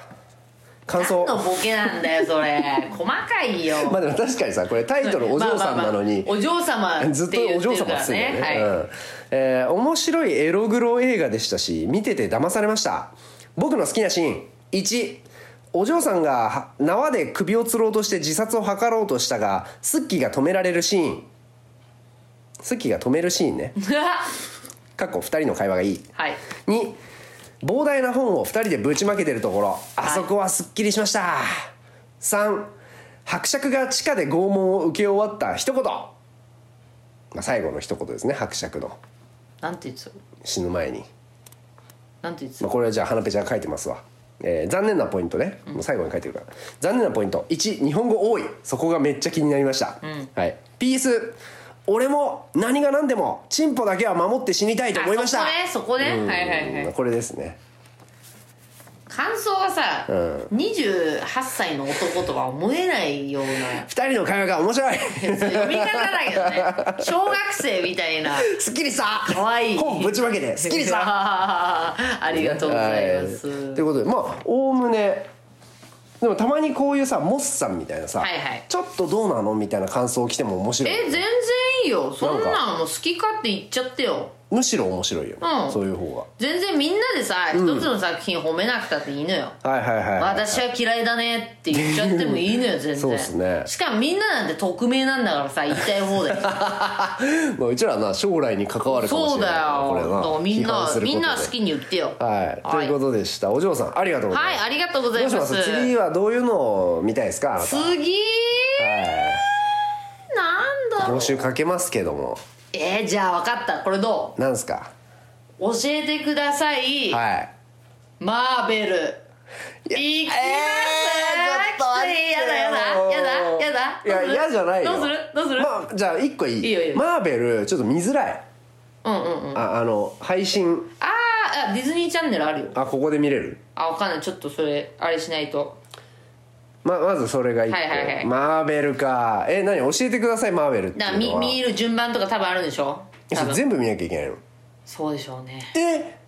Speaker 3: 感想
Speaker 2: 何のボケなんだよそれ細かいよ、
Speaker 3: まあでも確かにさこれタイトル「お嬢さん」なのに、
Speaker 2: まあまあまあお嬢様って言ってるからね
Speaker 3: ずっとお嬢様っすよね、
Speaker 2: はい
Speaker 3: うんえー面白いエログロ映画でしたし見てて騙されました僕の好きなシーン1お嬢さんがは縄で首を吊ろうとして自殺を図ろうとしたがスッキーが止められるシーンスッキーが止めるシーンねかっこ2人の会話がいい
Speaker 2: はい
Speaker 3: 2膨大な本を2人でぶちまけてるところあそこはすっきりしました、3伯爵が地下で拷問を受け終わった一言、まあ、最後の一言ですね伯爵の
Speaker 2: なんて言ってた
Speaker 3: 死ぬ前に、
Speaker 2: なんて言って
Speaker 3: まあ、これはじゃあ花ペちゃんが書いてますわ、えー残念なポイントね、もう最後に書いてるから残念なポイント1日本語多いそこがめっちゃ気になりました、はい、ピース俺も何が何でもチンポだけは守って死にたいと
Speaker 2: た
Speaker 3: 思いました
Speaker 2: あそこねそこね、
Speaker 3: うん
Speaker 2: はいはいはい
Speaker 3: これですね
Speaker 2: 感想がさ、
Speaker 3: う
Speaker 2: 28歳の男とは思えないような
Speaker 3: 二人の会話が面白い
Speaker 2: 読み方だけど ね小学生みたいな
Speaker 3: すっきりさ
Speaker 2: かわいい
Speaker 3: 本ぶちまけてすっきりさ
Speaker 2: あー ありがとうございます、
Speaker 3: はいということでまあおおむねでもたまにこういうさモスさんみたいなさ、
Speaker 2: はいはい
Speaker 3: ちょっとどうなのみたいな感想来ても面白
Speaker 2: え全
Speaker 3: い
Speaker 2: 然いいよそん
Speaker 3: なん
Speaker 2: なのもう好き勝手言っちゃってよ
Speaker 3: むしろ面白いよね、
Speaker 2: うん
Speaker 3: そういう方
Speaker 2: 全然みんなでさ一つの作品褒めなくたっていいのよ、
Speaker 3: がはいはいはい、はい、
Speaker 2: 私は嫌いだねって言っちゃってもいいのよ全然
Speaker 3: そうっすね
Speaker 2: しかもみんななんて匿名なんだからさ言いたい方で
Speaker 3: まあうちらはな将来に関わるかもし
Speaker 2: そう
Speaker 3: れない
Speaker 2: だ
Speaker 3: これ
Speaker 2: よ
Speaker 3: な
Speaker 2: だからみん
Speaker 3: 批判
Speaker 2: な
Speaker 3: するこ
Speaker 2: み
Speaker 3: と
Speaker 2: ん
Speaker 3: で
Speaker 2: な好きに言ってよ
Speaker 3: はい、ということでしたお嬢さんありがとうござい
Speaker 2: は
Speaker 3: ま
Speaker 2: い
Speaker 3: す、
Speaker 2: ありがとうござい
Speaker 3: ど
Speaker 2: ま
Speaker 3: うし
Speaker 2: す
Speaker 3: ます次はどういうのを見たいですかあなた
Speaker 2: 次
Speaker 3: は
Speaker 2: なんだ
Speaker 3: い
Speaker 2: ろう
Speaker 3: 募集かけますけども
Speaker 2: えー、じゃあ分かったこれど
Speaker 3: なんですか
Speaker 2: う教えてください、
Speaker 3: はい
Speaker 2: マーベルいきます、
Speaker 3: えーちょっと待ってよ
Speaker 2: きついやだやだやだやだ
Speaker 3: いや嫌じゃないよ
Speaker 2: どうするどうする
Speaker 3: まあ、じゃあ一個いい
Speaker 2: いいよいいよ
Speaker 3: マーベルちょっと見づらい
Speaker 2: うんうんうんあ
Speaker 3: ああの配信
Speaker 2: ーあディズニーチャンネルあるよ
Speaker 3: あここで見れる
Speaker 2: あわかんないちょっとそれあれしないと
Speaker 3: ままずそれが一個、
Speaker 2: はいはいはい
Speaker 3: マーベルかえ何教えてくださいマーベルって
Speaker 2: だか
Speaker 3: い
Speaker 2: ら
Speaker 3: うの
Speaker 2: 見
Speaker 3: は
Speaker 2: 見る順番とか多分あるんでしょ
Speaker 3: え
Speaker 2: 多
Speaker 3: それ
Speaker 2: 分
Speaker 3: 全部見なきゃいけないの
Speaker 2: そうでしょうね
Speaker 3: え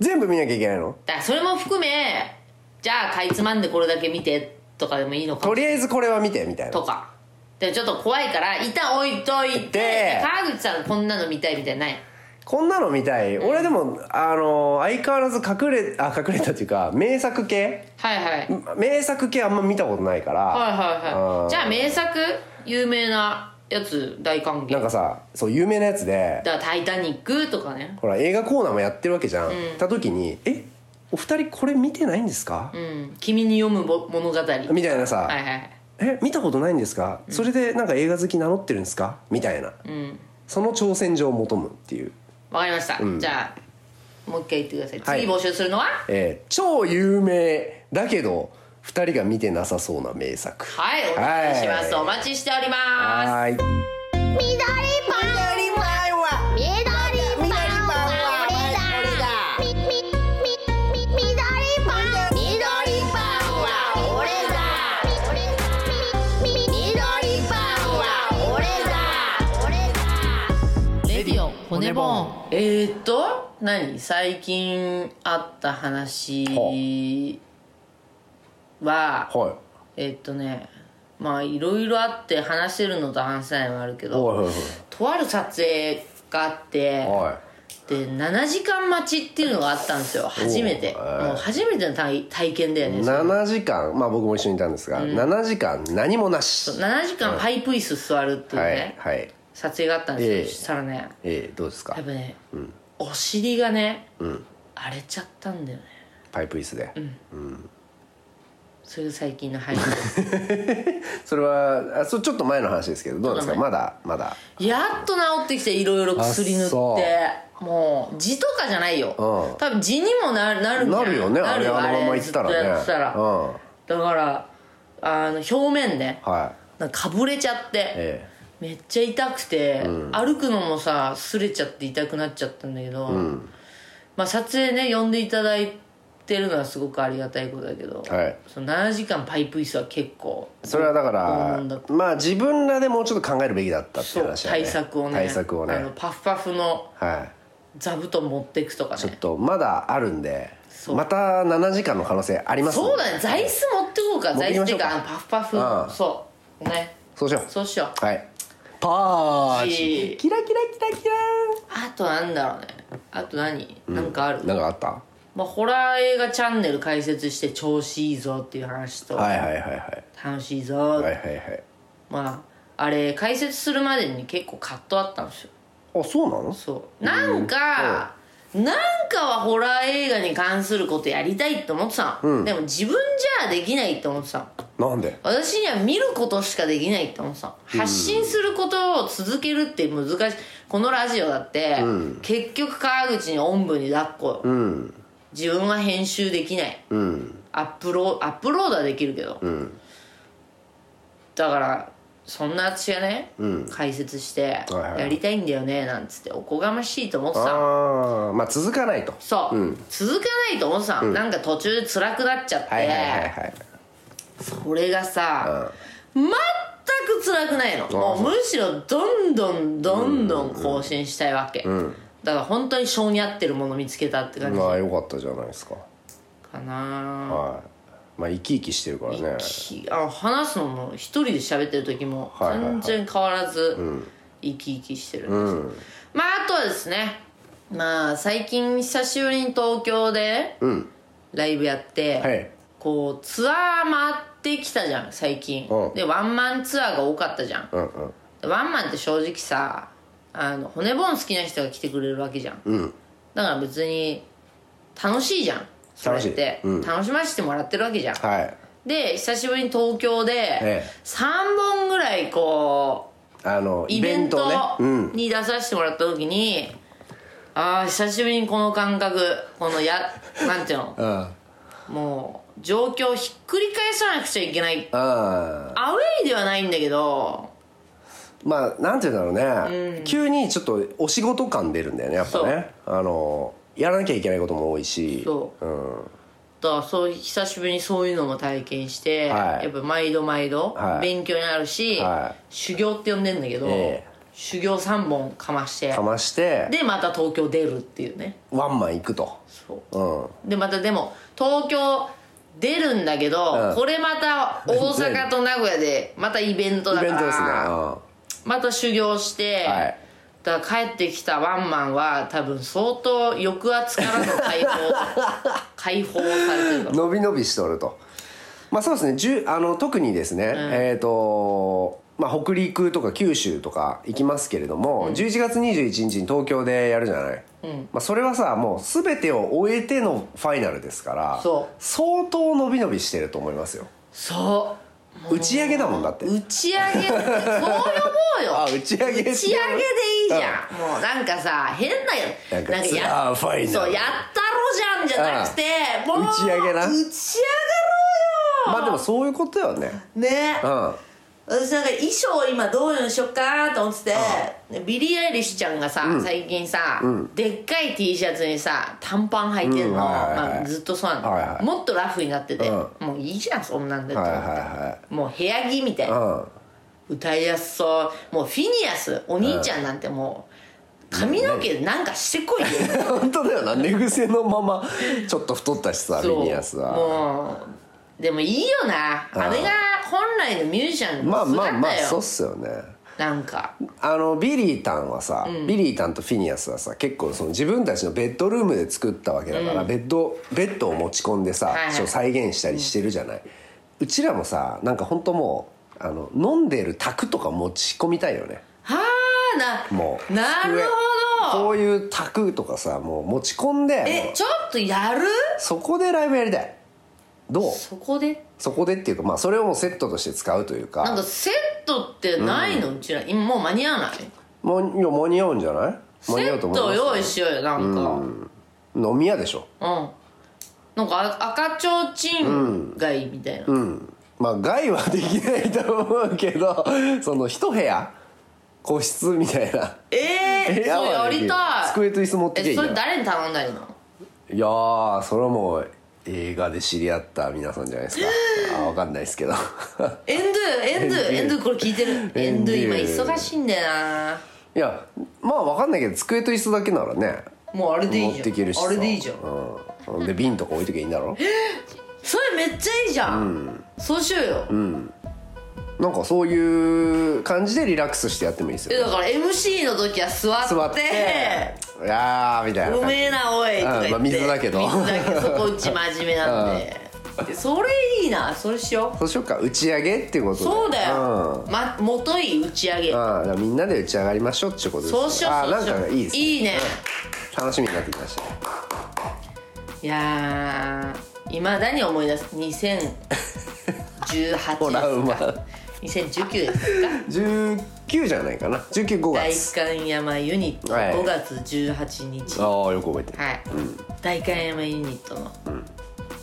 Speaker 3: 全部見なきゃいけないの
Speaker 2: だからそれも含めじゃあかいつまんでこれだけ見てとかでもいいのか
Speaker 3: と
Speaker 2: も
Speaker 3: りあえずこれは見てみたいな
Speaker 2: とかでもちょっと怖いから一旦置いとい
Speaker 3: で
Speaker 2: て川口さんこんなの見たいみたいなのない
Speaker 3: こんなの見たい、俺でもあの相変わらず隠れあ隠れたっていうか名作系
Speaker 2: はいはいはい
Speaker 3: 名作系あんま見たことないからはい
Speaker 2: はいはいじゃあ名作有名なやつ大歓迎
Speaker 3: なんかさそう有名なやつで
Speaker 2: だから「タイタニック」とかね
Speaker 3: ほら映画コーナーもやってるわけじゃん、た時に「えお二人これ見てないんですか
Speaker 2: うん「君に読むぼ物語」はい
Speaker 3: みたいなさ「
Speaker 2: はいはい
Speaker 3: え見たことないんですかそれでなんか映画好き名乗ってるんですか?」みたいな、その挑戦状を求むっていう、
Speaker 2: わかりました、じゃあもう一回言ってください、
Speaker 3: はい
Speaker 2: 次募集するのは
Speaker 3: えー超有名だけど二人が見てなさそうな名作
Speaker 2: はいお願いします、
Speaker 3: はい
Speaker 2: お待ちしております
Speaker 3: はーい
Speaker 4: 緑パン緑パンは緑パンは俺だみみみみ緑パン緑パンは俺だみみみ緑パンは俺だ俺だ
Speaker 2: レディオ骨ボンえー、っと何最近あった話は、
Speaker 3: はい
Speaker 2: えー、っとねまあいろいろあって話してるのと話せないのもあるけど、
Speaker 3: はいはいはい
Speaker 2: とある撮影があって、
Speaker 3: は
Speaker 2: で7時間待ちっていうのがあったんですよ初めて、
Speaker 3: おー
Speaker 2: もう初めての体体験だよね
Speaker 3: 7時間まあ僕も一緒にいたんですが、7時間何もなし
Speaker 2: 7時間パイプ椅子座るっていうね、
Speaker 3: はいはい
Speaker 2: 撮影があったんですよ、
Speaker 3: ええ
Speaker 2: そしたらね
Speaker 3: えー、どうですか
Speaker 2: やっぱね、お尻がね、荒れちゃったんだよね
Speaker 3: パイプ椅子で、
Speaker 2: それが最近の配信
Speaker 3: それはあそれちょっと前の話ですけどどうなんですか
Speaker 2: ちょ
Speaker 3: まだまだ
Speaker 2: やっと治ってきていろいろ薬塗っ
Speaker 3: あ
Speaker 2: て
Speaker 3: そ
Speaker 2: もう痔とかじゃないよ、
Speaker 3: うん
Speaker 2: 多分痔にもなるなるんじゃ
Speaker 3: なる よねあれあのまま行ってたらね
Speaker 2: ずっとやってたら、
Speaker 3: うん
Speaker 2: だからあの表面ね
Speaker 3: は
Speaker 2: なんかかぶれちゃって、
Speaker 3: いえ
Speaker 2: めっちゃ痛くて、歩くのもさ擦れちゃって痛くなっちゃったんだけど、まあ撮影ね呼んでいただいてるのはすごくありがたいことだけど、
Speaker 3: はい
Speaker 2: その7時間パイプ椅子は結構
Speaker 3: えそれはだか
Speaker 2: 拷問だ
Speaker 3: ら
Speaker 2: った
Speaker 3: まあ自分らでもうちょっと考えるべきだったって
Speaker 2: そう、
Speaker 3: 話だね
Speaker 2: 対策をね
Speaker 3: 対策を
Speaker 2: あの
Speaker 3: ね
Speaker 2: パフパフの
Speaker 3: はい
Speaker 2: 座布団持ってくとか
Speaker 3: ちょっ
Speaker 2: ね
Speaker 3: とまだあるんで
Speaker 2: そう
Speaker 3: また7時間の可能性あります
Speaker 2: そうだ
Speaker 3: ね
Speaker 2: ね座椅子持ってこうか
Speaker 3: 持
Speaker 2: 座
Speaker 3: って
Speaker 2: 椅
Speaker 3: き
Speaker 2: 子ってい
Speaker 3: ましょ
Speaker 2: う
Speaker 3: うか
Speaker 2: かあのパフパフ
Speaker 3: うん
Speaker 2: そうね
Speaker 3: そうしよ
Speaker 2: そうしよう
Speaker 3: うはい
Speaker 6: パーチ
Speaker 2: し
Speaker 3: キラキラキラキ
Speaker 2: あとなんだろうねあと何、なんかある
Speaker 3: ラなんかあった
Speaker 2: まあ、ホラー映画チャンネル開設して調子いいぞっていう話と、
Speaker 3: はいはいはいはい
Speaker 2: 楽しいぞ、
Speaker 3: はいはいはい
Speaker 2: まああれ開設するまでに結構カットあったんですよ
Speaker 3: あそうなの
Speaker 2: そうなんか、なんかはホラー映画に関することやりたいって思ってたの、でも自分じゃできないって思ってたの
Speaker 3: なんで
Speaker 2: 私には見ることしかできないって思ってたの発信することを続けるって難しいこのラジオだって、結局川口におんぶに抱っこよ、
Speaker 3: うん
Speaker 2: 自分は編集できない、
Speaker 3: うん
Speaker 2: アップロアップロードはできるけど、
Speaker 3: ん
Speaker 2: だからそんな私がね、解説して、
Speaker 3: はいはい
Speaker 2: やりたいんだよねなんつっておこがましいと思ってた
Speaker 3: ああまあ続かないと
Speaker 2: そう、続かないと思ってた、なんか途中で辛くなっちゃって、
Speaker 3: はいはいはいはい
Speaker 2: それがさ、全く辛くないのもうむしろどんどんどんどん更新したいわけ、だから本当に性に合ってるもの見つけたって感じ
Speaker 3: まあよかったじゃないですか
Speaker 2: かな
Speaker 3: はいまあ生き生きしてるからね
Speaker 2: きあの話すのも一人で喋ってる時も
Speaker 3: はいはいは
Speaker 2: 全
Speaker 3: い
Speaker 2: 然変わらず生き生きしてるんです、まああとはですねまあ最近久しぶりに東京で
Speaker 3: うん
Speaker 2: ライブやって、
Speaker 3: はい
Speaker 2: こうツアー回ってきたじゃん最近、
Speaker 3: うん
Speaker 2: でワンマンツアーが多かったじゃん、
Speaker 3: うんうん
Speaker 2: でワンマンって正直さあの骨ボン好きな人が来てくれるわけじゃん、
Speaker 3: うん
Speaker 2: だから別に楽しいじゃんそれって
Speaker 3: 楽しいうん
Speaker 2: 楽しませてもらってるわけじゃん、
Speaker 3: はい
Speaker 2: で久しぶりに東京で
Speaker 3: ええ
Speaker 2: 3本ぐらいこ
Speaker 3: あの
Speaker 2: う
Speaker 3: イ
Speaker 2: イベ
Speaker 3: ベ
Speaker 2: ン
Speaker 3: ントね
Speaker 2: ト
Speaker 3: うん
Speaker 2: に出させてもらった時にああ久しぶりにこの感覚このやなんていうの
Speaker 3: あ
Speaker 2: もう状況をひっくり返さなくちゃいけない
Speaker 3: あ
Speaker 2: アウェイではないんだけど
Speaker 3: まあなんて言うんだろうね急にちょっとお仕事感出るんだよねやっぱねあのやらなきゃいけないことも多いし、
Speaker 2: そう
Speaker 3: ん、
Speaker 2: だからそう久しぶりにそういうのも体験して、
Speaker 3: はい
Speaker 2: やっぱ毎度毎度
Speaker 3: はい
Speaker 2: 勉強になるし、
Speaker 3: は
Speaker 2: 修行って呼んでんだけど、
Speaker 3: ええ
Speaker 2: 修行3本かまして
Speaker 3: かまして
Speaker 2: でまた東京出るっていうね
Speaker 3: ワンマン行くと
Speaker 2: そう
Speaker 3: うん
Speaker 2: でまたでも東京出るんだけど、
Speaker 3: うん
Speaker 2: これまた大阪と名古屋 でまたイベントだ
Speaker 3: イ
Speaker 2: か
Speaker 3: ベ
Speaker 2: ら
Speaker 3: ントですねうん
Speaker 2: また修行して、
Speaker 3: はい
Speaker 2: だから帰ってきたワンマンは多分相当抑圧からの解放解放されてるから
Speaker 3: 伸び伸びしとるとまあそうですねじゅあの特にですね、えっ、とまあ、北陸とか九州とか行きますけれども、11月21日に東京でやるじゃない、まあ、それはさもう全てを終えてのファイナルですから
Speaker 2: そう
Speaker 3: 相当伸び伸びしてると思いますよ
Speaker 2: そう
Speaker 3: 打ち上げだもんだって
Speaker 2: 打ち上げそう呼ぼうよ
Speaker 3: あ打ち上げ
Speaker 2: 打ち上げでいいじゃんもうなんかさ変なや
Speaker 3: なんかツ
Speaker 2: や
Speaker 3: アーファイナル
Speaker 2: そうやったろじゃんじゃなくてもう
Speaker 3: 打ち上げな
Speaker 2: 打ち上がろうよ
Speaker 3: まあでもそういうことよね
Speaker 2: ね
Speaker 3: うん
Speaker 2: 私なんか衣装今どういうのしよっかと思っててビリー・アイリッシュちゃんがさ、最近さ、でっかい T シャツにさ短パン履いてんの、
Speaker 3: うんはいはいはい
Speaker 2: まあ、ずっとそうなの、
Speaker 3: はいはい
Speaker 2: もっとラフになってて、
Speaker 3: うん
Speaker 2: もういいじゃんそんなんでと
Speaker 3: はい
Speaker 2: 思っ
Speaker 3: は
Speaker 2: て、もう部屋着みたい
Speaker 3: い
Speaker 2: な、
Speaker 3: はい
Speaker 2: 歌いやすそうもうフィニアスお兄ちゃんなんてもう、髪の毛なんかして こいよ
Speaker 3: 本当だよな寝癖のままちょっと太ったしさ
Speaker 2: そ
Speaker 3: ミ
Speaker 2: う
Speaker 3: ニアスは
Speaker 2: もうでもいいよなあれが本来のミュージシャンの
Speaker 3: まあ
Speaker 2: 姿よ、
Speaker 3: まあまあそうっすよね
Speaker 2: なんか
Speaker 3: あのビリータンはさ、ビリータンとフィニアスはさ結構その自分たちのベッドルームで作ったわけだから、ベッドベッドを持ち込んでさ、
Speaker 2: いはい
Speaker 3: ちょっと再現したりしてるじゃない、うちらもさなんか本当もうあの飲んでる卓とか持ち込みたいよね
Speaker 2: はあな
Speaker 3: もう
Speaker 2: なる
Speaker 3: 机
Speaker 2: ほ
Speaker 3: こ
Speaker 2: ど
Speaker 3: ういう卓とかさもう持ち込んでも
Speaker 2: え
Speaker 3: う
Speaker 2: ちょっとやる
Speaker 3: そこでライブやりたいどう
Speaker 2: そこで
Speaker 3: そこでっていうかまあそれをもうセットとして使うというか
Speaker 2: なんかセットってないの、うちら今もう間に合わない
Speaker 3: もういや間に合うんじゃない
Speaker 2: セ
Speaker 3: 間に合うと
Speaker 2: ッ
Speaker 3: 思い
Speaker 2: ト用
Speaker 3: ま
Speaker 2: 意
Speaker 3: す
Speaker 2: しようよなんかうん、
Speaker 3: よ飲み屋でしょ
Speaker 2: なんかあ赤ちょうちん貝みたいな、
Speaker 3: うんまあ害はできないと思うけ どその一部屋個室みたいな
Speaker 2: ええ
Speaker 3: 部屋
Speaker 2: そうや
Speaker 3: はでき
Speaker 2: り
Speaker 3: る
Speaker 2: たい
Speaker 3: 机と椅子持ってきゃい
Speaker 2: え
Speaker 3: い
Speaker 2: そ
Speaker 3: ん
Speaker 2: れ
Speaker 3: だ
Speaker 2: 誰に頼んだらいいの
Speaker 3: いやーそれはもう映画で知り合った皆さんじゃない ですかあ分かんないですけど
Speaker 2: エンドゥエンドゥエンドゥこれ聞いてるエ
Speaker 3: エ
Speaker 2: ン
Speaker 3: ン
Speaker 2: ド
Speaker 3: ド
Speaker 2: ゥ
Speaker 3: ゥ
Speaker 2: 今忙しいんだよない
Speaker 3: やまあ分かんないけど机と椅子だけならね
Speaker 2: もうあれでいい
Speaker 3: 持って
Speaker 2: じ
Speaker 3: け
Speaker 2: ゃ
Speaker 3: るし
Speaker 2: ん
Speaker 3: さ
Speaker 2: あれでいいじゃん
Speaker 3: うん、で瓶とか置いときゃいいんだろ
Speaker 2: それめっちゃいいじゃん、そうしようよ、
Speaker 3: なんかそういう感じでリラックスしてやってもいいです
Speaker 2: え
Speaker 3: よ、
Speaker 2: だから MC の時は座って
Speaker 3: 座って「いやー」みたいな
Speaker 2: ご
Speaker 3: 感じ
Speaker 2: めえなおいとか言って、
Speaker 3: うんまあ水だけど
Speaker 2: 水だけどそこうち真面目なん ででそれいいなそれしよう
Speaker 3: そうしようか打ち上げっていうことで
Speaker 2: そうだ
Speaker 3: うん
Speaker 2: よ、ま、もとい打ち上げ
Speaker 3: ああだからみんなで打ち上がりましょうっていうことですね
Speaker 2: そうしよ
Speaker 3: あ
Speaker 2: うそ
Speaker 3: あ
Speaker 2: う
Speaker 3: な
Speaker 2: し
Speaker 3: ん
Speaker 2: よう
Speaker 3: かいいですね
Speaker 2: いいね
Speaker 3: 楽しみになってきましたね
Speaker 2: いやーいまだに思い出す
Speaker 3: トラウ
Speaker 2: 2018
Speaker 3: マ
Speaker 2: ですか2019ですか
Speaker 3: 19じゃないかな195
Speaker 2: 大
Speaker 3: 月
Speaker 2: 観山ユニット
Speaker 3: はい
Speaker 2: 5月18日は
Speaker 3: ああよく覚えてる、
Speaker 2: い、大観山ユニットの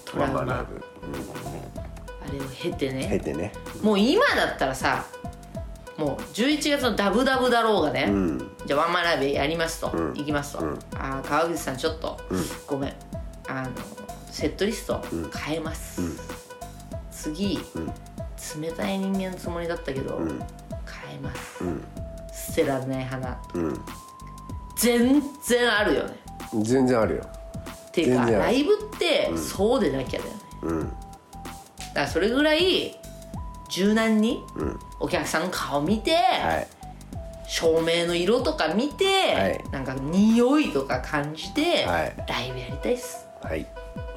Speaker 2: トラウマ、
Speaker 3: まあまあラ
Speaker 2: あ
Speaker 3: イブ
Speaker 2: れを経てね
Speaker 3: 経てね
Speaker 2: もう今だったらさもう11月のダブダブだろうがね、じゃあワンマンライブやりますと、行きますと、あー川口さんちょっと、ごめんあのセットリスト変えます、次、冷たい人間のつもりだったけど、変えます、捨てられない花、全然あるよね
Speaker 3: 全然あるよ
Speaker 2: っていうか
Speaker 3: 全然あ
Speaker 2: ラ
Speaker 3: る
Speaker 2: イブってそうでなきゃだよね、だからそれぐらい柔軟にお客さんの顔見て、
Speaker 3: はい
Speaker 2: 照明の色とか見て、
Speaker 3: はい
Speaker 2: なんか匂いとか感じて、
Speaker 3: はい
Speaker 2: ライブやりたいっす
Speaker 3: はい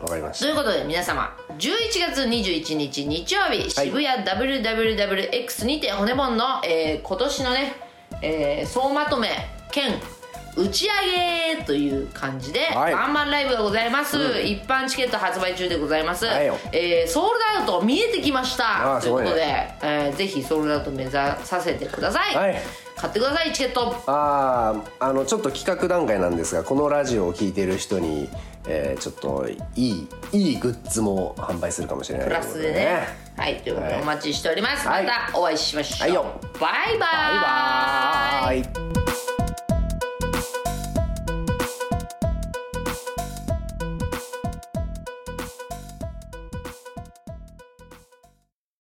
Speaker 3: わかりまし
Speaker 2: ということで皆様11月21日日曜日、渋谷 WWWX にて骨盆の、えー今年のね、えー総まとめ兼打ち上げという感じで、
Speaker 3: はい
Speaker 2: ワンマンライブがございます、一般チケット発売中でございます、
Speaker 3: はいよ
Speaker 2: えーソールドアウト見えてきました
Speaker 3: あー
Speaker 2: と
Speaker 3: す
Speaker 2: いうこ
Speaker 3: ごい
Speaker 2: と
Speaker 3: ね
Speaker 2: で、えーぜひソールドアウト目指させてください、
Speaker 3: はい
Speaker 2: 買ってくださいチケット
Speaker 3: たあああのちょっと企画段階なんですがこのラジオを聞いてる人に、えーちょっといいいいグッズも販売するかもしれない
Speaker 2: プラ
Speaker 3: ということ
Speaker 2: スでねはいということでお待ちしております、またお会いしましょう、
Speaker 3: はいよ
Speaker 2: バイバーイ
Speaker 3: バイバーイ